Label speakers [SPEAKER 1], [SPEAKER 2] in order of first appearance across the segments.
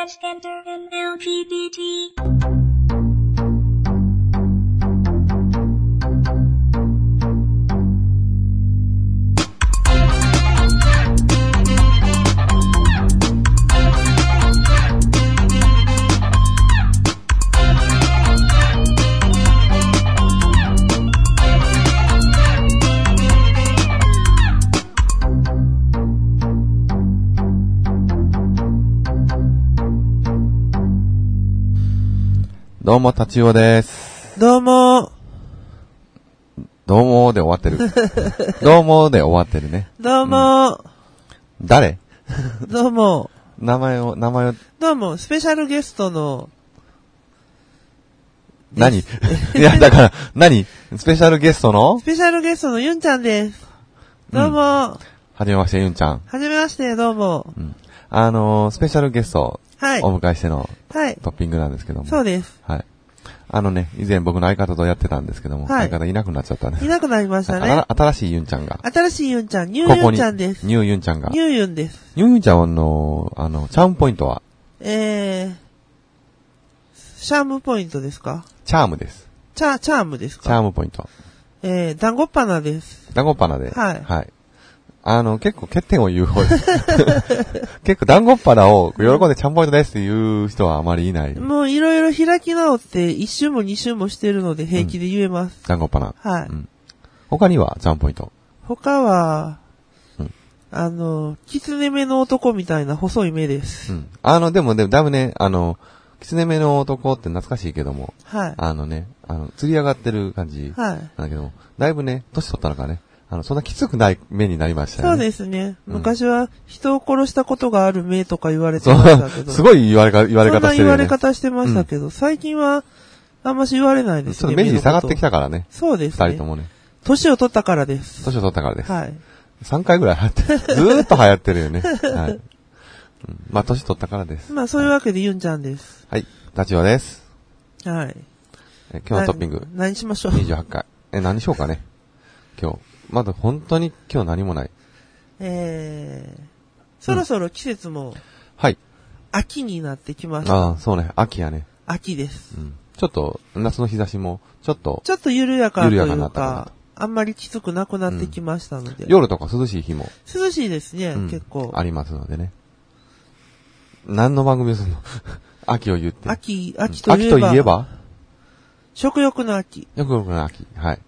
[SPEAKER 1] transgender and LGBT.
[SPEAKER 2] どうも、たちおです。
[SPEAKER 3] どうも、
[SPEAKER 2] どうもーで終わって る。どうもーで終わってるね。
[SPEAKER 3] どうも、
[SPEAKER 2] 誰
[SPEAKER 3] どうも、
[SPEAKER 2] 名前を、名前を、
[SPEAKER 3] どうも、スペシャルゲストの、
[SPEAKER 2] 何 いや、だから、何スペシャルゲストの
[SPEAKER 3] スペシャルゲストのユンちゃんです。どうも、は
[SPEAKER 2] はじめまして、ゆんちゃん。
[SPEAKER 3] じめまして、どうも。
[SPEAKER 2] あのー、スペシャルゲスト
[SPEAKER 3] はい
[SPEAKER 2] をお迎えしての
[SPEAKER 3] はい、
[SPEAKER 2] トッピングなんですけども。
[SPEAKER 3] そうです。
[SPEAKER 2] はい。あのね、以前僕の相方とやってたんですけども、
[SPEAKER 3] はい
[SPEAKER 2] 相方いなくなっちゃったね。
[SPEAKER 3] いなくなりました
[SPEAKER 2] あ
[SPEAKER 3] ね
[SPEAKER 2] ら。新しいゆんちゃんが、
[SPEAKER 3] 新しいユンちゃん、ニュ
[SPEAKER 2] こ
[SPEAKER 3] ーユ
[SPEAKER 2] こ
[SPEAKER 3] ン
[SPEAKER 2] に、
[SPEAKER 3] ちゃんです。
[SPEAKER 2] ニューゆんちゃんが。
[SPEAKER 3] ニューユンです。
[SPEAKER 2] ニューゆんちゃんの、あの、チャームポイントは、
[SPEAKER 3] えー、シャームポイントですか
[SPEAKER 2] チャームです。
[SPEAKER 3] チャ、チャームです
[SPEAKER 2] チャ
[SPEAKER 3] か
[SPEAKER 2] ームポイント。
[SPEAKER 3] えー、団子っ花です。
[SPEAKER 2] 団子っ鼻で。
[SPEAKER 3] はい
[SPEAKER 2] はい。あの、結構欠点を言う方です。 結構団子っ鼻を喜んでちゃんぽいとですって言う人はあまりいない。
[SPEAKER 3] もういろいろ開き直って、一周も二周もしてるので平気で言えます。
[SPEAKER 2] 団子っ鼻。
[SPEAKER 3] はい。
[SPEAKER 2] うん他にはちゃんぽいと。
[SPEAKER 3] 他は、
[SPEAKER 2] うん
[SPEAKER 3] あの、狐目の男みたいな細い目です。
[SPEAKER 2] うん。あの、でも、でも、だいぶね、あの、狐目の男って懐かしいけども、
[SPEAKER 3] はい。
[SPEAKER 2] あのね、あの、釣り上がってる感じなん
[SPEAKER 3] はい。
[SPEAKER 2] だけども、だいぶね、年取ったのかね、あの、そんなきつくない目になりました
[SPEAKER 3] そ
[SPEAKER 2] よ
[SPEAKER 3] う
[SPEAKER 2] ね。
[SPEAKER 3] ですね。
[SPEAKER 2] うん
[SPEAKER 3] 昔は人を殺したことがある目とか言われてましたけど。
[SPEAKER 2] すごい言われか、言われ
[SPEAKER 3] そん
[SPEAKER 2] 方し
[SPEAKER 3] な
[SPEAKER 2] てる
[SPEAKER 3] 言
[SPEAKER 2] よ
[SPEAKER 3] わ
[SPEAKER 2] ね。
[SPEAKER 3] れ方してましたけど、最近はあんまし言われないです
[SPEAKER 2] ちょっ
[SPEAKER 3] ね。
[SPEAKER 2] と目に下がってき
[SPEAKER 3] た。
[SPEAKER 2] たからね、
[SPEAKER 3] そうで
[SPEAKER 2] 二
[SPEAKER 3] すね。
[SPEAKER 2] 人ともね。
[SPEAKER 3] 年を取ったからです。
[SPEAKER 2] 年を取ったからです。
[SPEAKER 3] はい。
[SPEAKER 2] 3回ぐらい流行って、ずーっと流行ってるよ ね。はい。うんまあ、年取ったからです。
[SPEAKER 3] まあそういうわけでユンちゃんです。
[SPEAKER 2] はい、ダチオです。
[SPEAKER 3] はい。
[SPEAKER 2] え今日のトッピング
[SPEAKER 3] な、何しましょう。
[SPEAKER 2] 28回。え、何しようかね。今日。まだ本当に今日何もない。
[SPEAKER 3] えー、そろそろ季節も
[SPEAKER 2] はい。
[SPEAKER 3] 秋になってきました。
[SPEAKER 2] ああ、そうね。秋やね。
[SPEAKER 3] 秋です。
[SPEAKER 2] うん。ちょっと、夏の日差しも、ちょっと、
[SPEAKER 3] ちょっと緩やかとい
[SPEAKER 2] 緩やかにな
[SPEAKER 3] う
[SPEAKER 2] ったか
[SPEAKER 3] か、あんまりきつくなくなってきましたので。
[SPEAKER 2] 夜とか涼しい日も、
[SPEAKER 3] 涼しいですね、
[SPEAKER 2] うん
[SPEAKER 3] 結構。
[SPEAKER 2] ありますのでね。何の番組をするの 秋を言って。
[SPEAKER 3] 秋、
[SPEAKER 2] うん、
[SPEAKER 3] 秋といえば。
[SPEAKER 2] 秋といえば
[SPEAKER 3] 食欲の秋。
[SPEAKER 2] よくよくない秋。はい。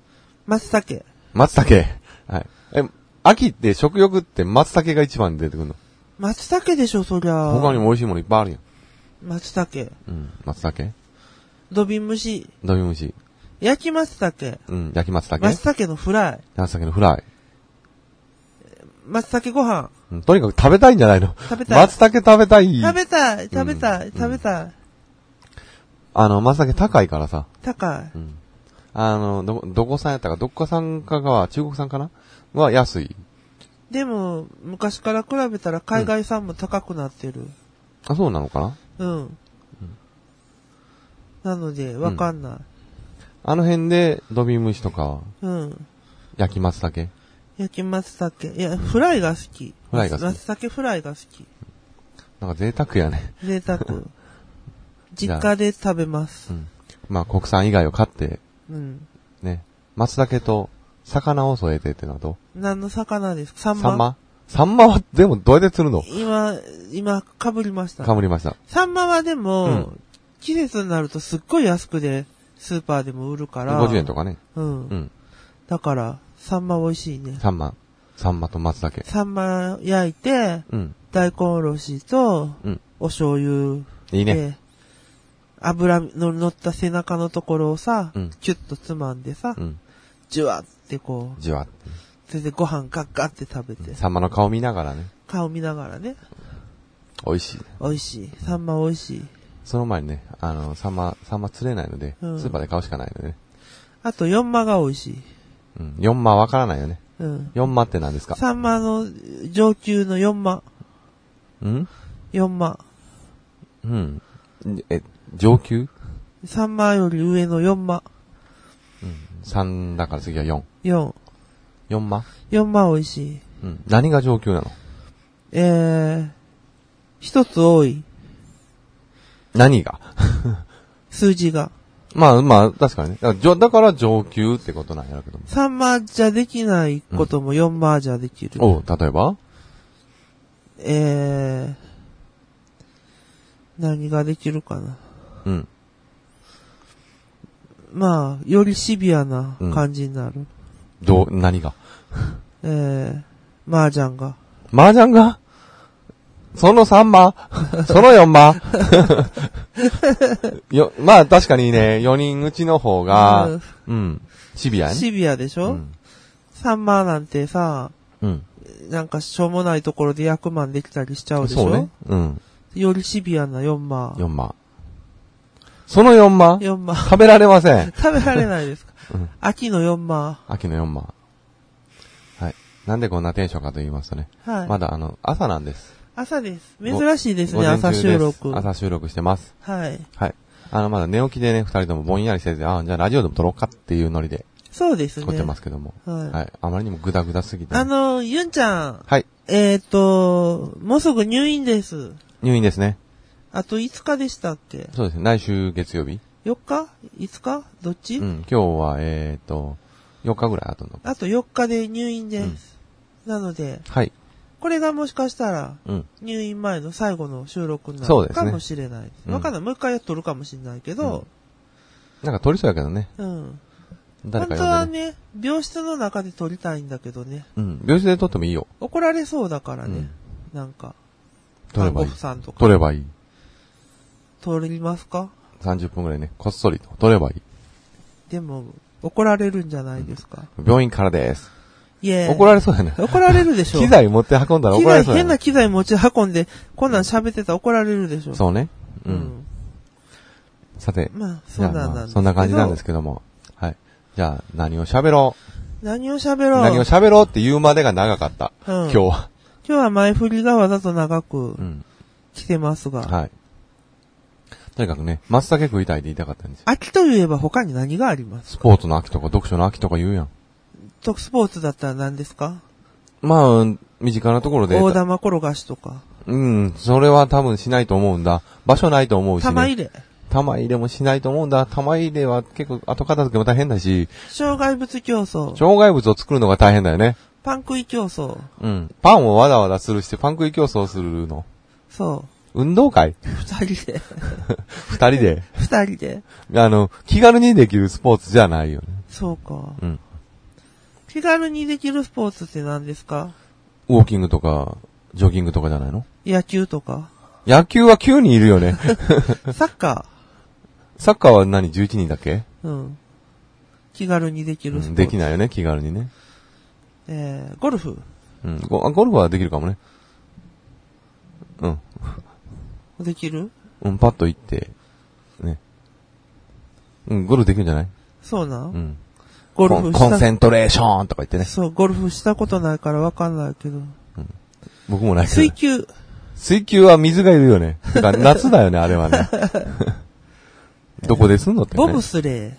[SPEAKER 3] 松茸。
[SPEAKER 2] 松茸。はい。え、秋って食欲って松茸が一番に出てくるの
[SPEAKER 3] 松茸でしょ、そりゃ。
[SPEAKER 2] 他にも美味しいものいっぱいあるやん。
[SPEAKER 3] 松茸。
[SPEAKER 2] うん。松茸
[SPEAKER 3] 土瓶蒸し。
[SPEAKER 2] 飲み虫。
[SPEAKER 3] 焼き松茸。
[SPEAKER 2] うん。焼き松茸
[SPEAKER 3] 松茸のフライ。
[SPEAKER 2] 松茸のフライ。
[SPEAKER 3] 松茸ご飯。
[SPEAKER 2] うんとにかく食べたいんじゃないの
[SPEAKER 3] 食べたい
[SPEAKER 2] 松茸食べたい。
[SPEAKER 3] 食べたい、食べた
[SPEAKER 2] う
[SPEAKER 3] い、
[SPEAKER 2] ん
[SPEAKER 3] 食べたい。
[SPEAKER 2] あの、松茸高いからさ。
[SPEAKER 3] 高い。
[SPEAKER 2] うん。あの、どこ、どこさんやったか、どこさんかが、中国産かなは安い。
[SPEAKER 3] でも、昔から比べたら海外産も高くなってる。
[SPEAKER 2] あ、そうなのかな
[SPEAKER 3] うん。なので、わかんない。
[SPEAKER 2] あの辺で、ドビムシとか、
[SPEAKER 3] うん
[SPEAKER 2] 焼き松茸。
[SPEAKER 3] 焼き松茸。いや、フライが好き。
[SPEAKER 2] フライが好き
[SPEAKER 3] 松茸フライが好き。
[SPEAKER 2] なんか贅沢やね。
[SPEAKER 3] 贅沢。
[SPEAKER 2] じゃあ
[SPEAKER 3] 実家で食べます
[SPEAKER 2] う。ん。まあ、国産以外を買って、
[SPEAKER 3] うん。
[SPEAKER 2] ね。松茸と、魚を添えてってのはど
[SPEAKER 3] 何の魚ですかサ
[SPEAKER 2] う
[SPEAKER 3] ンマ
[SPEAKER 2] サンマサンマは、でも、どうやって釣るの
[SPEAKER 3] 今、今、かぶりました。
[SPEAKER 2] かぶりました。
[SPEAKER 3] サンマはでも、
[SPEAKER 2] うん
[SPEAKER 3] 季節になるとすっごい安くで、スーパーでも売るから。
[SPEAKER 2] 50円とかね。
[SPEAKER 3] うん。
[SPEAKER 2] うん。
[SPEAKER 3] だから、サンマ美味しいね。
[SPEAKER 2] サンマ。サンマと松茸。
[SPEAKER 3] サンマ焼いて、
[SPEAKER 2] うん。
[SPEAKER 3] 大根おろしと、
[SPEAKER 2] うん。
[SPEAKER 3] お醤油
[SPEAKER 2] いいね。
[SPEAKER 3] で、油の乗った背中のところをさ、
[SPEAKER 2] うん
[SPEAKER 3] キュッとつまんでさ、
[SPEAKER 2] うん。
[SPEAKER 3] ジュワってこう、
[SPEAKER 2] じわっ
[SPEAKER 3] それでご飯ガッガッって食べて
[SPEAKER 2] と。、サンマの顔見ながらね。
[SPEAKER 3] 顔見ながらね、
[SPEAKER 2] 美味しい。
[SPEAKER 3] 美味しい。サンマ美味しい。
[SPEAKER 2] その前にね、あの、サンマ、サンマ釣れないので、
[SPEAKER 3] うん
[SPEAKER 2] スーパーで買うしかないのでね。
[SPEAKER 3] あと、四マが美味しい。
[SPEAKER 2] うん。4万わからないよね。
[SPEAKER 3] うん。
[SPEAKER 2] 4万って何ですか
[SPEAKER 3] サンマの上級の四マ、
[SPEAKER 2] うん
[SPEAKER 3] 四マ。
[SPEAKER 2] うん。え、上級
[SPEAKER 3] サンマより上の四マ、
[SPEAKER 2] ?3 だから次は4。
[SPEAKER 3] 四。
[SPEAKER 2] 4万
[SPEAKER 3] 四マ美味しい。
[SPEAKER 2] うん。何が上級なの
[SPEAKER 3] えー、一つ多い。
[SPEAKER 2] 何が
[SPEAKER 3] 数字が。
[SPEAKER 2] まあまあ、確かにね。だからじょだから上級ってことなんやろけども。
[SPEAKER 3] 3マーじゃできないことも4マーじゃできる。
[SPEAKER 2] おう例えば
[SPEAKER 3] えー、何ができるかな。
[SPEAKER 2] うん。
[SPEAKER 3] まあ、よりシビアな感じになる。
[SPEAKER 2] どう、何が
[SPEAKER 3] えー、麻雀が。
[SPEAKER 2] 麻雀がその3万 その4万 よ、まあ確かにね、4人うちの方
[SPEAKER 3] う
[SPEAKER 2] が
[SPEAKER 3] ん、
[SPEAKER 2] うん、シビアやね。
[SPEAKER 3] シビアでし
[SPEAKER 2] う
[SPEAKER 3] ょ、
[SPEAKER 2] ん。
[SPEAKER 3] ?3 マーなんてさ、
[SPEAKER 2] うん。
[SPEAKER 3] なんかしょうもないところで役満できたりしちゃうでしょ
[SPEAKER 2] そうね。うん。
[SPEAKER 3] よりシビアな4マー。
[SPEAKER 2] 4万。その4万
[SPEAKER 3] 4マー。
[SPEAKER 2] 食べられません。
[SPEAKER 3] 食べられないですか、
[SPEAKER 2] うん
[SPEAKER 3] 秋の4マ
[SPEAKER 2] 秋の4万。はい。なんでこんなテンションかと言いますとね。
[SPEAKER 3] ー。はい。
[SPEAKER 2] まだあの、朝なんです。
[SPEAKER 3] 朝です。珍しいですね、
[SPEAKER 2] 午前中
[SPEAKER 3] 朝収録。
[SPEAKER 2] 朝収録してます。
[SPEAKER 3] はい。
[SPEAKER 2] はい。あの、まだ寝起きでね、二人ともぼんやりせず、あ、じゃあラジオでも撮ろうかっていうノリで
[SPEAKER 3] そうですね。
[SPEAKER 2] 撮ってますけども。
[SPEAKER 3] はい。
[SPEAKER 2] はい。あまりにもグダグダすぎてね。
[SPEAKER 3] あの、ユンちゃん、
[SPEAKER 2] はい。
[SPEAKER 3] えっ、と、もうすぐ入院です。
[SPEAKER 2] 入院ですね。
[SPEAKER 3] あと5日でしたっけ
[SPEAKER 2] そうですね。来週月曜日。
[SPEAKER 3] ?4 日 ?5 日どっち、
[SPEAKER 2] うん。今日は、えっ、と、4日ぐらい後の。
[SPEAKER 3] あと4日で入院です。なので、
[SPEAKER 2] はい。
[SPEAKER 3] これがもしかしたら、
[SPEAKER 2] うん。
[SPEAKER 3] 入院前の最後の収録にな
[SPEAKER 2] そう
[SPEAKER 3] る
[SPEAKER 2] です
[SPEAKER 3] か
[SPEAKER 2] ね
[SPEAKER 3] もしれない。
[SPEAKER 2] うん
[SPEAKER 3] わかんない。もう一回撮るかもしれないけど、
[SPEAKER 2] なんか撮りそうやけどね。
[SPEAKER 3] うん。
[SPEAKER 2] 誰
[SPEAKER 3] 本
[SPEAKER 2] か
[SPEAKER 3] 当
[SPEAKER 2] 呼
[SPEAKER 3] は
[SPEAKER 2] んでね。
[SPEAKER 3] ね、病室の中で撮りたいんだけどね。
[SPEAKER 2] うん。病室で撮ってもいいよ。
[SPEAKER 3] 怒られそうだから
[SPEAKER 2] う
[SPEAKER 3] ね
[SPEAKER 2] ん。
[SPEAKER 3] なんか、
[SPEAKER 2] 撮ればい
[SPEAKER 3] 看護
[SPEAKER 2] い
[SPEAKER 3] 婦。さんとか
[SPEAKER 2] 撮ればいい。
[SPEAKER 3] 撮りますか
[SPEAKER 2] 30分ぐらいね、こっそりと撮ればいい。
[SPEAKER 3] でも、怒られるんじゃないですか。
[SPEAKER 2] 病院からです。
[SPEAKER 3] いえ。
[SPEAKER 2] 怒られそうやね。
[SPEAKER 3] 怒られる でしょ。
[SPEAKER 2] 機材持って運んだら
[SPEAKER 3] 機
[SPEAKER 2] 怒られ
[SPEAKER 3] 材、
[SPEAKER 2] そうや
[SPEAKER 3] 変
[SPEAKER 2] ね
[SPEAKER 3] な。機材持ち運んで、こんなん喋ってたら怒られるでしょ。
[SPEAKER 2] そうね。
[SPEAKER 3] う
[SPEAKER 2] うん。
[SPEAKER 3] ん。
[SPEAKER 2] さて、
[SPEAKER 3] まあ、
[SPEAKER 2] じ
[SPEAKER 3] そ
[SPEAKER 2] ゃ
[SPEAKER 3] んなん
[SPEAKER 2] あま
[SPEAKER 3] な
[SPEAKER 2] あ
[SPEAKER 3] んですけど。
[SPEAKER 2] そんな感じなんですけども。はい。じゃあ、何を喋ろ
[SPEAKER 3] 何を喋
[SPEAKER 2] う。
[SPEAKER 3] ろう。
[SPEAKER 2] 何を喋ろうって言うまでが長かった。
[SPEAKER 3] うん
[SPEAKER 2] 今日は。
[SPEAKER 3] 今日は前振りがわざと長く
[SPEAKER 2] うん。
[SPEAKER 3] 来てますが。
[SPEAKER 2] はい。とにかくね、松茸食いたいって言いたかったんですよ。
[SPEAKER 3] 秋といえば他に何があります
[SPEAKER 2] スポーツの秋とか読書の秋とか言うやん。
[SPEAKER 3] 特スポーツだったら何ですか
[SPEAKER 2] まあ、身近なところで。
[SPEAKER 3] 大玉転がしとか。
[SPEAKER 2] うん、それは多分しないと思うんだ。場所ないと思うし、ね。
[SPEAKER 3] 玉入れ。
[SPEAKER 2] 玉入れもしないと思うんだ。玉入れは結構後片付けも大変だし、
[SPEAKER 3] 障害物競争。
[SPEAKER 2] 障害物を作るのが大変だよね。
[SPEAKER 3] パン食い競争。
[SPEAKER 2] うん。パンをわざわざするして、パン食い競争するの。
[SPEAKER 3] そ
[SPEAKER 2] 運動会
[SPEAKER 3] う。二人で。
[SPEAKER 2] 二人で。
[SPEAKER 3] 二人で。
[SPEAKER 2] あの、気軽にできるスポーツじゃないよね。
[SPEAKER 3] そうか。
[SPEAKER 2] うん。
[SPEAKER 3] 気軽にできるスポーツって何ですか
[SPEAKER 2] ウォーキングとか、ジョギングとかじゃないの
[SPEAKER 3] 野球とか。
[SPEAKER 2] 野球は9人いるよね。
[SPEAKER 3] サッカ
[SPEAKER 2] サッカーは何 ?11 人だっけ、
[SPEAKER 3] ー。うん。気軽にでき
[SPEAKER 2] う
[SPEAKER 3] るスポ
[SPEAKER 2] ん、
[SPEAKER 3] ーツ。
[SPEAKER 2] でき
[SPEAKER 3] い。
[SPEAKER 2] ないよね、気軽にね。
[SPEAKER 3] えー、ゴルフ。
[SPEAKER 2] うん。ゴあゴルフはできるかもね。うん。
[SPEAKER 3] できる
[SPEAKER 2] うん、パッと行って、ね。うん、ゴルフできるんじゃない
[SPEAKER 3] そうな、
[SPEAKER 2] うんん。
[SPEAKER 3] ゴルフ
[SPEAKER 2] コンコンセ
[SPEAKER 3] ン
[SPEAKER 2] ントレーションとか言ってね。
[SPEAKER 3] そう、ゴルフしたことないからわかんないけど。
[SPEAKER 2] 僕もないけど
[SPEAKER 3] 水。球。
[SPEAKER 2] 水球は水がいるよね。だから夏だよね、あれは ね。どこですんのって、ね。
[SPEAKER 3] ボブスレ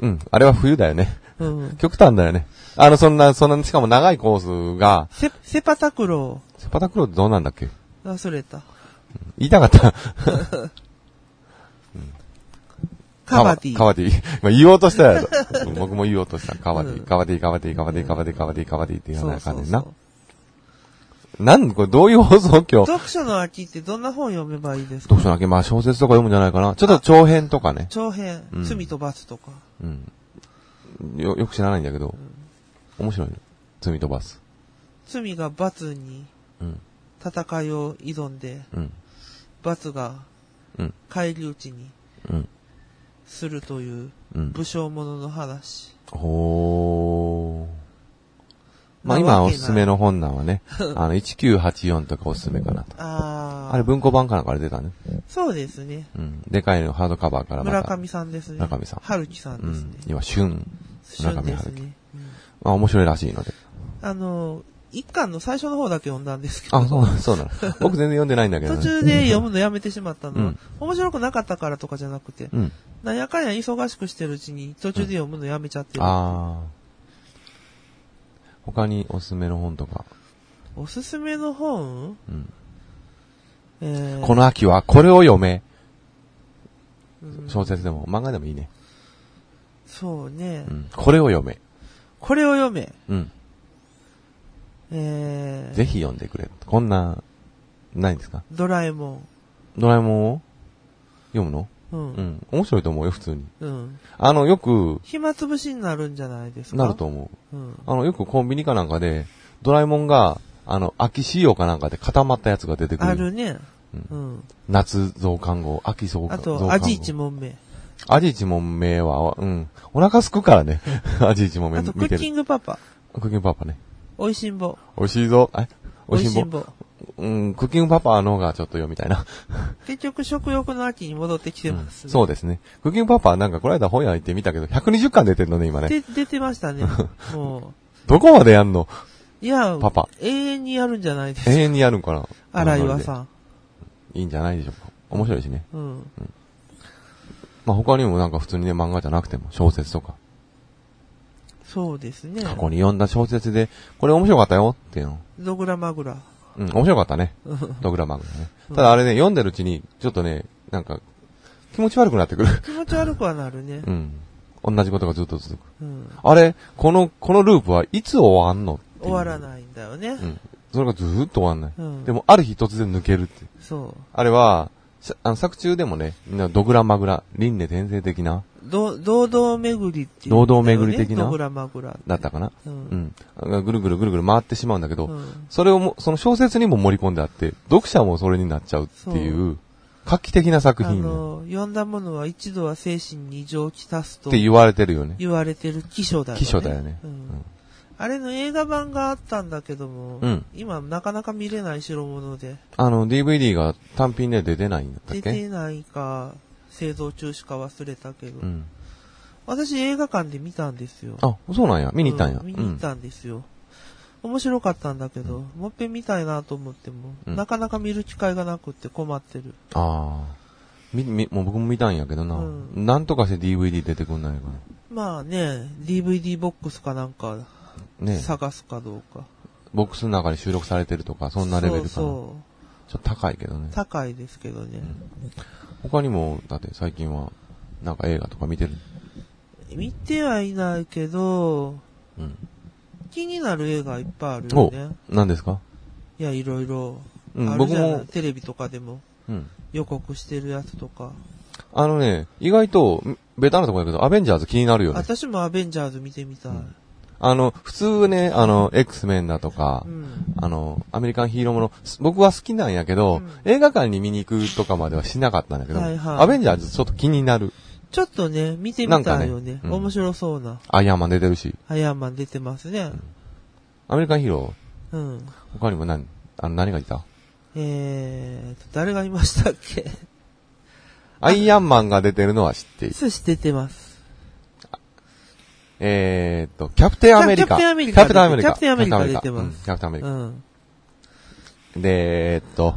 [SPEAKER 2] うん。あれは冬だよね。
[SPEAKER 3] ー。うん。
[SPEAKER 2] 極端だよね。あの、そんな、そんな、しかも長いコースが、
[SPEAKER 3] セ、セパタクロ
[SPEAKER 2] セパタクローってどうなんだっけ
[SPEAKER 3] ー。忘れた。
[SPEAKER 2] 言いたかった。
[SPEAKER 3] カバディ。
[SPEAKER 2] カバディ。まあ、言おうとしたやろ。うん 僕も言おうとした。カバデ
[SPEAKER 3] う
[SPEAKER 2] ィ、
[SPEAKER 3] ん
[SPEAKER 2] カバディ、カバディ、カバディ、カバディ、カバディ、カバディって言わ
[SPEAKER 3] そ
[SPEAKER 2] な
[SPEAKER 3] う
[SPEAKER 2] あかんね
[SPEAKER 3] そうんそ
[SPEAKER 2] な
[SPEAKER 3] う。。
[SPEAKER 2] なん、これどういう放送今日
[SPEAKER 3] 読書の秋ってどんな本読めばいいですか
[SPEAKER 2] 読書だけ、まあ小説とか読むんじゃないかな。ちょっと長編とかね。
[SPEAKER 3] 長編
[SPEAKER 2] う。ん
[SPEAKER 3] 罪と罰とか。
[SPEAKER 2] うん。よ、よく知らないんだけど。面白いの。罪飛ばす。
[SPEAKER 3] 罪が罰に
[SPEAKER 2] うん。
[SPEAKER 3] 戦いを挑んで、
[SPEAKER 2] うん。
[SPEAKER 3] 罰が
[SPEAKER 2] うん。
[SPEAKER 3] 返り討ちに
[SPEAKER 2] うん。
[SPEAKER 3] するという
[SPEAKER 2] うん。
[SPEAKER 3] 武将者の話。
[SPEAKER 2] ほー。まあ
[SPEAKER 3] なわけない
[SPEAKER 2] 今おすすめの本なんはね、あの1984とかおすすめかなと。
[SPEAKER 3] あー。
[SPEAKER 2] あれ文庫版かなんかで出たね。
[SPEAKER 3] そうですね。
[SPEAKER 2] うん。でかいのハードカバーからまた。
[SPEAKER 3] 村上さんですね。
[SPEAKER 2] 村上さん
[SPEAKER 3] 春樹さん
[SPEAKER 2] う
[SPEAKER 3] です
[SPEAKER 2] ん
[SPEAKER 3] ね。。
[SPEAKER 2] 今、旬。村
[SPEAKER 3] 旬
[SPEAKER 2] 上
[SPEAKER 3] で
[SPEAKER 2] 春
[SPEAKER 3] す
[SPEAKER 2] 樹。
[SPEAKER 3] ね。うん
[SPEAKER 2] まあ面白いらしいので。
[SPEAKER 3] あの、一巻の最初の方だけ読んだんですけど、
[SPEAKER 2] あ、そうなの、そうなの。僕全然読んでないんだけど
[SPEAKER 3] 途
[SPEAKER 2] ね。
[SPEAKER 3] 中で読むのやめてしまったのは、
[SPEAKER 2] うん
[SPEAKER 3] 面白くなかったからとかじゃなくて、
[SPEAKER 2] うん。
[SPEAKER 3] なんやかんや忙しくしてるうちに途中で読むのやめちゃってる。
[SPEAKER 2] ああ。他におすすめの本とか。
[SPEAKER 3] おすすめの本
[SPEAKER 2] うん。
[SPEAKER 3] えー、
[SPEAKER 2] この秋はこれを読め。小説でも、漫画でもいいね。
[SPEAKER 3] そうね。
[SPEAKER 2] うん。これを読め。
[SPEAKER 3] これを読め。
[SPEAKER 2] うん。
[SPEAKER 3] えー、
[SPEAKER 2] ぜひ読んでくれ。こんな、ないんですか
[SPEAKER 3] ドラえも
[SPEAKER 2] ドラえもんを読むの
[SPEAKER 3] ん。うん。
[SPEAKER 2] うん。面白いと思うよ、普通に。
[SPEAKER 3] うん。
[SPEAKER 2] あの、よく、
[SPEAKER 3] 暇つぶしになるんじゃないですか。
[SPEAKER 2] なると。思う。
[SPEAKER 3] うん。
[SPEAKER 2] あの、よくコンビニかなんかで、ドラえもんが、あの、秋仕様かなんかで固まったやつが出てくる。
[SPEAKER 3] あるね。
[SPEAKER 2] う
[SPEAKER 3] うん。
[SPEAKER 2] 夏増刊号、秋増
[SPEAKER 3] あ
[SPEAKER 2] 刊増刊号。
[SPEAKER 3] と、アジ一問目。
[SPEAKER 2] アジ一問目は、うん。お腹すくからね。アジ一問目
[SPEAKER 3] あ
[SPEAKER 2] 見
[SPEAKER 3] と、
[SPEAKER 2] て
[SPEAKER 3] ク
[SPEAKER 2] る。
[SPEAKER 3] ッキングパパ。
[SPEAKER 2] クッキングパパね。
[SPEAKER 3] おいしんぼ。
[SPEAKER 2] 美味しいぞ。え美味しいもん。
[SPEAKER 3] ぼ。
[SPEAKER 2] うん、クッキングパパの方がちょっと読みたいな。
[SPEAKER 3] 結局、食欲の秋に戻ってきてます、
[SPEAKER 2] そう
[SPEAKER 3] で
[SPEAKER 2] ですね。クッキングパパなんかこの間本屋行ってみたけど、120巻出てるのね、今ね。
[SPEAKER 3] で、出てました ね。も
[SPEAKER 2] どこまでやんの
[SPEAKER 3] う。いや、
[SPEAKER 2] パパ。
[SPEAKER 3] 永遠にやるんじゃないです
[SPEAKER 2] 永
[SPEAKER 3] か。
[SPEAKER 2] 遠にやるんかな。
[SPEAKER 3] 荒岩
[SPEAKER 2] ん。
[SPEAKER 3] さん。
[SPEAKER 2] いいんじゃないでしょうか。面白いしね。
[SPEAKER 3] うん。
[SPEAKER 2] まあ他にもなんか普通にね、漫画じゃなくても、小説とか、
[SPEAKER 3] そうですね。
[SPEAKER 2] 過去に読んだ小説で、これ面白かったよっていうの。
[SPEAKER 3] ドグラマグラ。
[SPEAKER 2] うん、面白かったね。
[SPEAKER 3] うん
[SPEAKER 2] ドグラマンがね。ただあれね、読んでるうちに、ちょっとね、なんか、気持ち悪くなってくる。
[SPEAKER 3] 気持ち悪くはなるね
[SPEAKER 2] う。ん。同じことがずっと続く。
[SPEAKER 3] うん。
[SPEAKER 2] あれ、この、このループはいつ終わんのってい
[SPEAKER 3] 終わら
[SPEAKER 2] い。
[SPEAKER 3] ないんだよね
[SPEAKER 2] う。ん。それがずーっと終わんない。
[SPEAKER 3] うん
[SPEAKER 2] でも、ある日突然抜けるって。
[SPEAKER 3] そ
[SPEAKER 2] あれは、しあの作中でもね、みんなドグラマグラ、輪廻転生的な、
[SPEAKER 3] う。ど、堂々巡りっていう、
[SPEAKER 2] 堂々巡り的な
[SPEAKER 3] ドグラマグラ。
[SPEAKER 2] だったかな。
[SPEAKER 3] う。
[SPEAKER 2] うんん。ぐるぐるぐるぐる回ってしまうんだけど、
[SPEAKER 3] うん。
[SPEAKER 2] それをも、その小説にも盛り込んであって、読者もそれになっちゃうっていう、画期的な作
[SPEAKER 3] あ
[SPEAKER 2] 品っ
[SPEAKER 3] の、読んだものは一度は精神に異常をきたすと
[SPEAKER 2] て言われてるよね。
[SPEAKER 3] 言われてる記書だよ
[SPEAKER 2] 起
[SPEAKER 3] ね。
[SPEAKER 2] 書だよね。
[SPEAKER 3] う
[SPEAKER 2] うんん。
[SPEAKER 3] あれの映画版があったんだけども、
[SPEAKER 2] うん
[SPEAKER 3] 今なかなか見れない代物で、
[SPEAKER 2] あの、DVD が単品で出てないんだっ
[SPEAKER 3] 出
[SPEAKER 2] け
[SPEAKER 3] てないか、製造中しか忘れたけど、
[SPEAKER 2] うん。
[SPEAKER 3] 私映画館で見たんですよ。
[SPEAKER 2] あ、そうなんや。見に行ったんや。
[SPEAKER 3] う見に行ったんですよ。面白かったんだけど、もっぺん見たいなと思っても、
[SPEAKER 2] うん
[SPEAKER 3] なかなか見る機会がなくって困ってる。
[SPEAKER 2] うんああ。み、み、もう僕も見たんやけどな。
[SPEAKER 3] うん
[SPEAKER 2] なんとかして DVD 出てくんないか
[SPEAKER 3] まあね、DVD ボックスかなんか
[SPEAKER 2] な。ね
[SPEAKER 3] 探すかどうか。
[SPEAKER 2] ボックスの中に収録されてるとか、そんなレベルかな。
[SPEAKER 3] そうそ
[SPEAKER 2] ち
[SPEAKER 3] う
[SPEAKER 2] ょっと高いけどね。
[SPEAKER 3] 高いですけどね。
[SPEAKER 2] 他にも、だって最近は、なんか映画とか見てる。
[SPEAKER 3] 見てはいないけど、
[SPEAKER 2] うん。
[SPEAKER 3] 気になる映画いっぱいあるよ
[SPEAKER 2] お
[SPEAKER 3] ね。
[SPEAKER 2] 何ですか
[SPEAKER 3] いや、いろいろ。
[SPEAKER 2] うん
[SPEAKER 3] あるじゃない
[SPEAKER 2] 僕も
[SPEAKER 3] テレビとかでも
[SPEAKER 2] うん。
[SPEAKER 3] 予告してるやつとか。
[SPEAKER 2] あのね、意外と、ベタなとこやけど、アベンジャーズ気になるよね。
[SPEAKER 3] 私もアベンジャーズ見てみたい。
[SPEAKER 2] んあの、普通ね、あの、X メンだとか
[SPEAKER 3] う、ん。
[SPEAKER 2] あの、アメリカンヒーローもの、す僕は好きなんやけど、
[SPEAKER 3] う
[SPEAKER 2] 映画館に見に行くとかまではしなかったんだけど、
[SPEAKER 3] はいはい
[SPEAKER 2] アベンジャーズちょっと気になる。
[SPEAKER 3] ちょっとね、見てみたいよね。
[SPEAKER 2] なんかねうん
[SPEAKER 3] 面白そうな。
[SPEAKER 2] アイアンマン出てるし、
[SPEAKER 3] アイアンマン出てますね。
[SPEAKER 2] アメリカンヒーロ
[SPEAKER 3] うん。
[SPEAKER 2] ー、他にも何、あの、何がいた
[SPEAKER 3] えーと、誰がいましたっけ
[SPEAKER 2] アイアンマンが出てるのは知っている。
[SPEAKER 3] 寿司出てます。
[SPEAKER 2] えーっと、キャプテンアメリカ。
[SPEAKER 3] キャキャプテンアメリカ
[SPEAKER 2] キャプテンアメリカ。
[SPEAKER 3] キャ
[SPEAKER 2] キャプテンアメリカ
[SPEAKER 3] プテンアメリカ出てます
[SPEAKER 2] うんキャプテンアメリ
[SPEAKER 3] う
[SPEAKER 2] カ。
[SPEAKER 3] ん。
[SPEAKER 2] で、えーっと、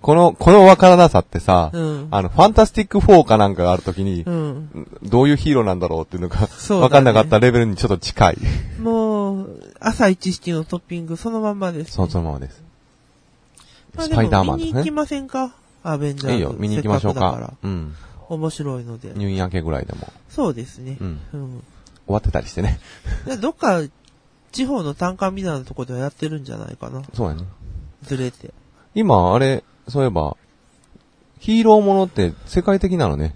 [SPEAKER 2] この、このわからなさってさ、
[SPEAKER 3] うん。
[SPEAKER 2] あの、ファンタスティック4かなんかがあるときに、
[SPEAKER 3] うん。
[SPEAKER 2] どういうヒーローなんだろうっていうのが、
[SPEAKER 3] そうだね
[SPEAKER 2] わかんなかったレベルにちょっと近い。
[SPEAKER 3] もう、朝一式のトッピングそのまんまです、
[SPEAKER 2] その、そのままです。
[SPEAKER 3] まあ
[SPEAKER 2] ス
[SPEAKER 3] で
[SPEAKER 2] パイダーマ
[SPEAKER 3] も
[SPEAKER 2] ン
[SPEAKER 3] 見
[SPEAKER 2] と
[SPEAKER 3] に
[SPEAKER 2] か
[SPEAKER 3] 行き
[SPEAKER 2] ね。
[SPEAKER 3] ませんかアベンジャーズ。
[SPEAKER 2] いいよ、見に行きましょう
[SPEAKER 3] せっ
[SPEAKER 2] か。
[SPEAKER 3] くだら
[SPEAKER 2] うん。
[SPEAKER 3] 面白いので。
[SPEAKER 2] 入院明けぐらいでも。
[SPEAKER 3] そうですね
[SPEAKER 2] う。ん。
[SPEAKER 3] うん。
[SPEAKER 2] 終わってたりしてね。
[SPEAKER 3] でどっか、地方の単価みたいなとこではやってるんじゃないかな。
[SPEAKER 2] そうやね。
[SPEAKER 3] ずれて。
[SPEAKER 2] 今、あれ、そういえば、ヒーローものって世界的なのね。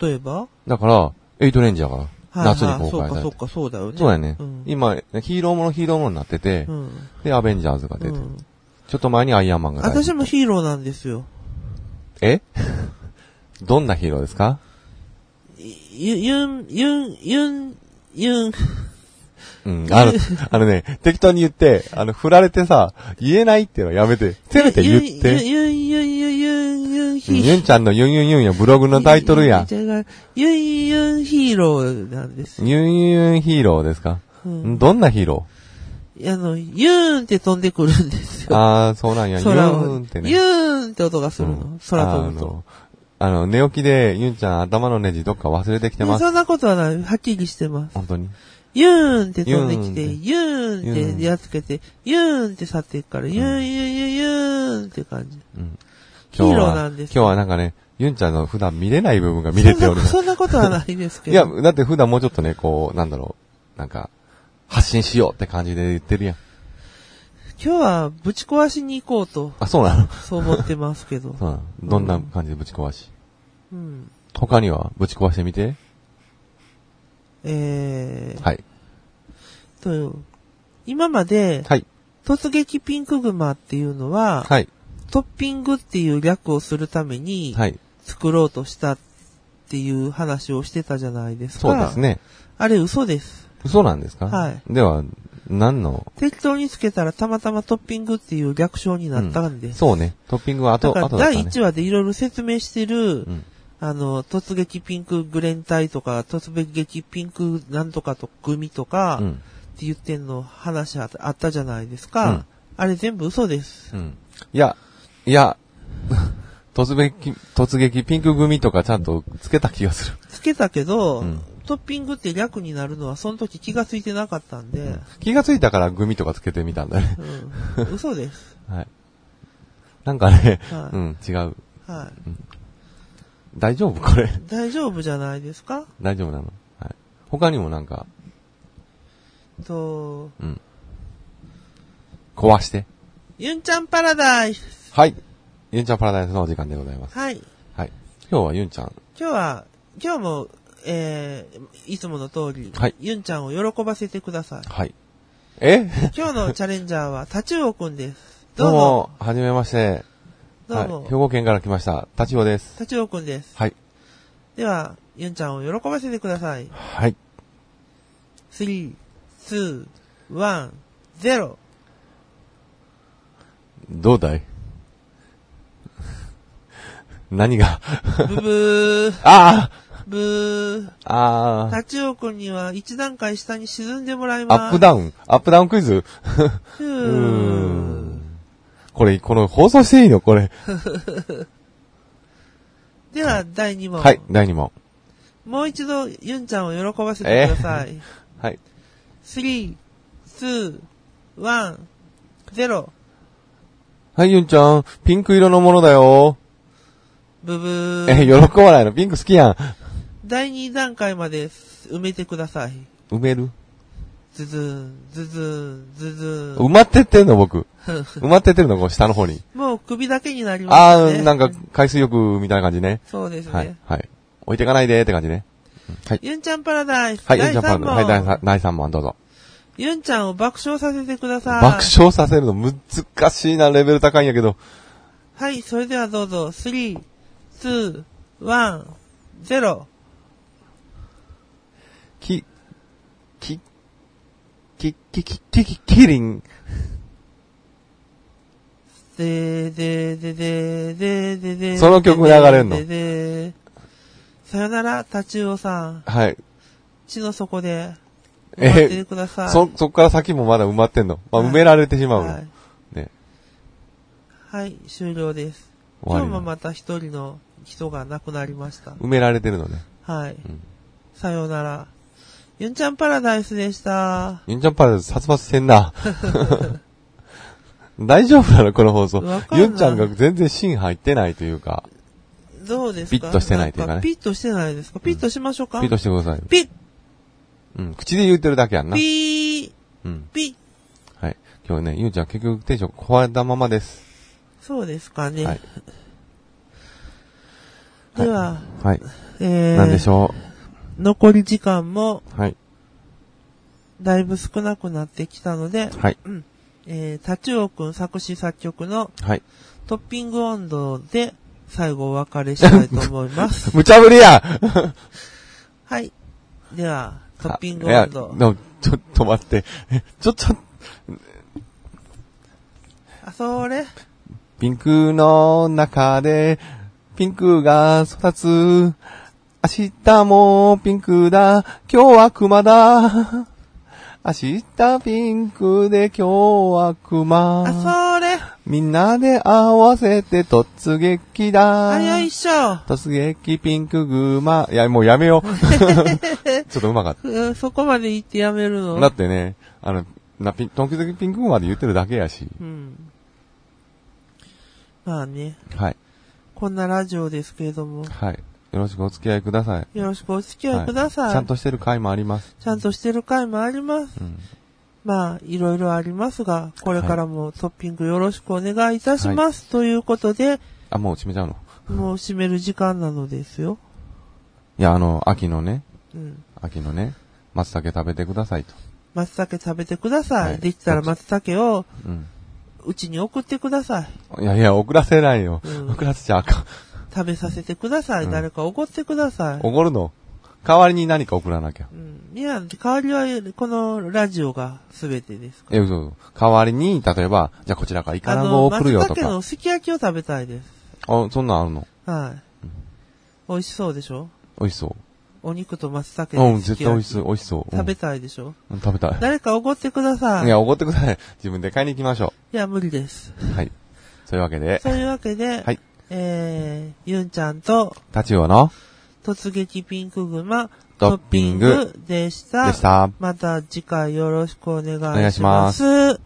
[SPEAKER 3] 例えば
[SPEAKER 2] だから、エイトレンジやから。夏に公開されて
[SPEAKER 3] そうか、そうか、そうだよね。
[SPEAKER 2] そうやね。
[SPEAKER 3] うん。
[SPEAKER 2] 今、ヒーローものヒーローものになってて
[SPEAKER 3] う、ん。
[SPEAKER 2] で、アベンジャーズが
[SPEAKER 3] う
[SPEAKER 2] 出て、
[SPEAKER 3] ん。
[SPEAKER 2] ちょっと前にアイアンマンが出て。
[SPEAKER 3] 私もヒーローなんですよ。
[SPEAKER 2] え どんなヒーローですか
[SPEAKER 3] ゆ、ゆん、ゆん、ゆん、ゆん、
[SPEAKER 2] うん、 あの、あのね、適当に言って、あの、振られてさ、言えないっていうのはやめて、せめて言って。
[SPEAKER 3] ゆん、ゆん、ゆん、ゆん、ゆん、
[SPEAKER 2] うんユンちゃんのユンユンユンやブログのタイトルや。
[SPEAKER 3] ゆん、ゆん、ヒーローなんですよ。
[SPEAKER 2] ユンユンヒーローですか、
[SPEAKER 3] うん。
[SPEAKER 2] どんなヒーロ
[SPEAKER 3] あの、ゆーんって飛んでくるんです
[SPEAKER 2] ー
[SPEAKER 3] よ。
[SPEAKER 2] ああ、そうなんや。ユ
[SPEAKER 3] 空を。
[SPEAKER 2] ンってね。
[SPEAKER 3] ゆーんって音がする
[SPEAKER 2] う
[SPEAKER 3] の
[SPEAKER 2] ん。
[SPEAKER 3] 空飛ぶと。
[SPEAKER 2] あの。あの、寝起きで、ユンちゃん頭のネジどっか忘れてきてま
[SPEAKER 3] いや
[SPEAKER 2] す。
[SPEAKER 3] そんなことはない。はっきりしてます。
[SPEAKER 2] 本当に。
[SPEAKER 3] ユーンって飛んできて、ユー
[SPEAKER 2] ユ
[SPEAKER 3] ン
[SPEAKER 2] ーン
[SPEAKER 3] ってやっつけて、ユーンって去っていくから、ユーンユーンユーンユーンって感じ。
[SPEAKER 2] うん。今日
[SPEAKER 3] ヒーロー
[SPEAKER 2] は、
[SPEAKER 3] なんで
[SPEAKER 2] 今
[SPEAKER 3] す
[SPEAKER 2] 日はなんかね、ユンちゃんの普段見れない部分が見れております。
[SPEAKER 3] そんなそんなことはないですけ
[SPEAKER 2] い
[SPEAKER 3] ど。
[SPEAKER 2] や、だって普段もうちょっとね、こう、なんだろう、なんか、発信しようって感じで言ってるやん。
[SPEAKER 3] 今日はぶち壊しに行こうと、
[SPEAKER 2] あ、そうなの
[SPEAKER 3] そう思ってますけど。
[SPEAKER 2] そうなのどんな感じでぶち壊し
[SPEAKER 3] うん。
[SPEAKER 2] 他にはぶち壊してみて。
[SPEAKER 3] えー、
[SPEAKER 2] はい。
[SPEAKER 3] と、今まで、
[SPEAKER 2] はい。
[SPEAKER 3] 突撃ピンクグマっていうのは、
[SPEAKER 2] はい。
[SPEAKER 3] トッピングっていう略をするために、
[SPEAKER 2] はい。
[SPEAKER 3] 作ろうとしたっていう話をしてたじゃないですか。
[SPEAKER 2] そうです。ね。
[SPEAKER 3] あれ嘘です。
[SPEAKER 2] 嘘なんですか
[SPEAKER 3] はい。
[SPEAKER 2] では、何の、
[SPEAKER 3] 適当につけたらたまたまトッピングっていう略称になったんです。
[SPEAKER 2] そうね。トッピングは後、
[SPEAKER 3] だから
[SPEAKER 2] 後だった
[SPEAKER 3] 第
[SPEAKER 2] ね。
[SPEAKER 3] 1話でいろいろ説明してる、
[SPEAKER 2] うん。
[SPEAKER 3] あの、突撃ピンクグレン隊とか、突撃ピンクなんとかと組とか、
[SPEAKER 2] う
[SPEAKER 3] っ
[SPEAKER 2] ん。
[SPEAKER 3] て言ってんの話ああったじゃないですか。
[SPEAKER 2] うん
[SPEAKER 3] あれ全部嘘です。
[SPEAKER 2] うん。いや、いや、 突撃、突撃ピンク組とかちゃんとつけた気がする。
[SPEAKER 3] つけたけど、
[SPEAKER 2] うん
[SPEAKER 3] トッピングって略になるのはその時気がついてなかったんで、
[SPEAKER 2] 気がついたから組とかつけてみたんだね。
[SPEAKER 3] うん、嘘です。
[SPEAKER 2] はい。なんかね、
[SPEAKER 3] はい
[SPEAKER 2] うん、違う。
[SPEAKER 3] は
[SPEAKER 2] 大丈夫 これ。
[SPEAKER 3] い。大丈夫じゃないですか
[SPEAKER 2] 大丈夫なのはい。他にもなんか、
[SPEAKER 3] と、
[SPEAKER 2] うん。壊して。
[SPEAKER 3] ユンちゃんパラダイス。
[SPEAKER 2] はい。ユンちゃんパラダイスのお時間でございます。
[SPEAKER 3] はい。
[SPEAKER 2] はい。今日はユンちゃん。
[SPEAKER 3] 今日は、今日も、えー、いつもの通り、
[SPEAKER 2] はい
[SPEAKER 3] ユンちゃんを喜ばせてください。
[SPEAKER 2] はい。 え
[SPEAKER 3] 今日のチャレンジャーは、タチウオく んです。
[SPEAKER 2] どう
[SPEAKER 3] どう
[SPEAKER 2] も
[SPEAKER 3] も、、
[SPEAKER 2] はじめまして。
[SPEAKER 3] どう
[SPEAKER 2] はい。兵
[SPEAKER 3] も、
[SPEAKER 2] 庫県から来ました。タチオです。
[SPEAKER 3] タチウオくんです。
[SPEAKER 2] はい。
[SPEAKER 3] では、ユンちゃんを喜ばせてください。
[SPEAKER 2] はい。
[SPEAKER 3] 3、2、1、0。
[SPEAKER 2] どうだい 何が
[SPEAKER 3] ブブー、
[SPEAKER 2] あ
[SPEAKER 3] ブ
[SPEAKER 2] ああ
[SPEAKER 3] ー。
[SPEAKER 2] あ
[SPEAKER 3] タチウオくんには一段階下に沈んでもらいます。
[SPEAKER 2] アップダウンアップダウンクイズ
[SPEAKER 3] ふ
[SPEAKER 2] う
[SPEAKER 3] ー
[SPEAKER 2] ーん。これ、この放送していいのこれ。
[SPEAKER 3] では、第2問。
[SPEAKER 2] はい、第2問。
[SPEAKER 3] もう一度、ユンちゃんを喜ばせてください。
[SPEAKER 2] はい。
[SPEAKER 3] 3、2、1、0。
[SPEAKER 2] はい、ユンちゃん、ピンク色のものだよ。
[SPEAKER 3] ブブ
[SPEAKER 2] え、
[SPEAKER 3] ー。
[SPEAKER 2] 喜ばないのピンク好きやん。
[SPEAKER 3] 第2段階まで埋めてください。
[SPEAKER 2] 埋める
[SPEAKER 3] ズズーン、ズズーン、ズズ
[SPEAKER 2] 埋まってってんの僕。埋まってってるのこう下の方に。
[SPEAKER 3] ーン。もう首だけになります
[SPEAKER 2] あ
[SPEAKER 3] ね。
[SPEAKER 2] ー、なんか、海水浴みたいな感じね。
[SPEAKER 3] そうですね。
[SPEAKER 2] はい、はい。置いてかないでーって感じね。はい。
[SPEAKER 3] ユンちゃんパラダイス。
[SPEAKER 2] はい、ユン
[SPEAKER 3] 第
[SPEAKER 2] ちゃんパ
[SPEAKER 3] 3
[SPEAKER 2] ラダイス。はい、
[SPEAKER 3] 問
[SPEAKER 2] 第。第3問どうぞ。
[SPEAKER 3] ユンちゃんを爆笑させてください。
[SPEAKER 2] 爆笑させるの難しいな、レベル高いんやけど。
[SPEAKER 3] はい、それではどうぞ。3、2、1、0。
[SPEAKER 2] き、き、き、き、き、き、き、キリン。
[SPEAKER 3] でーでーでーでーでーでーでー
[SPEAKER 2] その曲流れんの
[SPEAKER 3] でーでーでーさよなら、タチウオさん。
[SPEAKER 2] はい。
[SPEAKER 3] 地の底で、
[SPEAKER 2] え
[SPEAKER 3] 待っててください。
[SPEAKER 2] そ、そっから先もまだ埋まってんの。まあ、
[SPEAKER 3] はい
[SPEAKER 2] 埋められてしまう
[SPEAKER 3] は
[SPEAKER 2] の
[SPEAKER 3] い。。
[SPEAKER 2] ね。
[SPEAKER 3] はい、終了です。
[SPEAKER 2] 終わ
[SPEAKER 3] 今
[SPEAKER 2] り
[SPEAKER 3] 日も
[SPEAKER 2] な。
[SPEAKER 3] また一人の人が亡くなりました。
[SPEAKER 2] 埋められてるのね。
[SPEAKER 3] はい。
[SPEAKER 2] うん
[SPEAKER 3] さようなら。ユンちゃんパラダイスでした。
[SPEAKER 2] ユンちゃんパラダイス殺伐してん な。大丈夫なのこの放送
[SPEAKER 3] わ。かんな
[SPEAKER 2] ユ
[SPEAKER 3] い
[SPEAKER 2] ンちゃんが全然芯入ってないというか、
[SPEAKER 3] どうですか
[SPEAKER 2] ピッとしてないというかね
[SPEAKER 3] んピッとしてないですかピッとしましょうか、
[SPEAKER 2] ピートしてください。
[SPEAKER 3] ピッ
[SPEAKER 2] うん、口で言ってるだけやんな。
[SPEAKER 3] ピー
[SPEAKER 2] うん。
[SPEAKER 3] ピッ
[SPEAKER 2] はい。今日ね、ユンちゃん結局テンション壊れたままです。
[SPEAKER 3] そうですかね。
[SPEAKER 2] はい。
[SPEAKER 3] では、
[SPEAKER 2] はい。
[SPEAKER 3] えー、
[SPEAKER 2] なんでしょ
[SPEAKER 3] 残り時間も
[SPEAKER 2] う。はい。
[SPEAKER 3] だいぶ少なくなってきたので、
[SPEAKER 2] はい。
[SPEAKER 3] えー、タチウオくん作詞作曲の
[SPEAKER 2] はい。
[SPEAKER 3] トッピング温度で最後お別れしたいと思いま す。
[SPEAKER 2] 無茶ぶりや
[SPEAKER 3] はい。では、トッピング
[SPEAKER 2] いや
[SPEAKER 3] 温
[SPEAKER 2] で
[SPEAKER 3] 度。
[SPEAKER 2] もちょっと待って。えちょ、ちょ、
[SPEAKER 3] あ、それ
[SPEAKER 2] ピンクの中で、ピンクが育つ。明日もピンクだ。今日は熊だ。明日ピンクで今日は熊。
[SPEAKER 3] あ、それ
[SPEAKER 2] みんなで合わせて突撃だ。
[SPEAKER 3] あ、よいしょ。
[SPEAKER 2] 突撃ピンクグマ。いや、もうやめ よう。ちょっとうまかっ
[SPEAKER 3] うんそこまで言ってやめる
[SPEAKER 2] た。だ
[SPEAKER 3] の
[SPEAKER 2] ってね、あの、な、ピン、時々ピンクグマで言ってるだけやし。
[SPEAKER 3] うん。まあね。
[SPEAKER 2] はい。
[SPEAKER 3] こんなラジオですけれども、
[SPEAKER 2] はい。よろしくお付き合いください。
[SPEAKER 3] よろしくお付き合いください。
[SPEAKER 2] はちゃんとしてる回もあります。
[SPEAKER 3] ちゃんとしてる回もあります。
[SPEAKER 2] うん。
[SPEAKER 3] まあ、いろいろありますが、これからもトッピングよろしくお願いいたします。ということで、
[SPEAKER 2] あ、もう閉めちゃうの
[SPEAKER 3] もう締める時間なのですよ。
[SPEAKER 2] いや、あの、秋のね、
[SPEAKER 3] うん。
[SPEAKER 2] 秋のね、松茸食べてくださいと。
[SPEAKER 3] 松茸食べてください。
[SPEAKER 2] はい
[SPEAKER 3] できたら松茸を
[SPEAKER 2] うん。
[SPEAKER 3] うちに送ってください。
[SPEAKER 2] いやいや、遅らせないよ。
[SPEAKER 3] うん
[SPEAKER 2] 遅らせちゃあかん。
[SPEAKER 3] 食べさせてください。
[SPEAKER 2] うん
[SPEAKER 3] 誰か怒ってください。
[SPEAKER 2] おごるの。代わりに何か送らなきゃ。
[SPEAKER 3] うん。いや、代わりは、このラジオが全てですか
[SPEAKER 2] え、嘘。代わりに、例えば、じゃあこちらからイカ
[SPEAKER 3] ら。
[SPEAKER 2] ナゴを送るよと
[SPEAKER 3] 松茸の
[SPEAKER 2] か。
[SPEAKER 3] すき焼きを食べたいです。
[SPEAKER 2] あ、そんなんあるの
[SPEAKER 3] はい。美味しそうでしょ
[SPEAKER 2] 美味しそ
[SPEAKER 3] お肉と松茸
[SPEAKER 2] う。うん、
[SPEAKER 3] のす
[SPEAKER 2] 絶
[SPEAKER 3] き
[SPEAKER 2] 対美
[SPEAKER 3] 焼
[SPEAKER 2] 味
[SPEAKER 3] き。
[SPEAKER 2] しそう、美味しそう。うん
[SPEAKER 3] 食べたいでしょ
[SPEAKER 2] うん食べたい。
[SPEAKER 3] 誰かおごってください。
[SPEAKER 2] い
[SPEAKER 3] いや、
[SPEAKER 2] や、おごってください。自分で買いに行きましょ
[SPEAKER 3] 無理です。
[SPEAKER 2] う。 はい。そういうわけで、
[SPEAKER 3] そういうわけで、
[SPEAKER 2] はい
[SPEAKER 3] えー、ゆんちゃんと、
[SPEAKER 2] 立ちよの、
[SPEAKER 3] 突撃ピンクグマ、
[SPEAKER 2] トッピング
[SPEAKER 3] トッピングでした。
[SPEAKER 2] でした。
[SPEAKER 3] また次回よろしくお願
[SPEAKER 2] お願
[SPEAKER 3] い
[SPEAKER 2] い
[SPEAKER 3] し
[SPEAKER 2] し
[SPEAKER 3] ま。
[SPEAKER 2] ます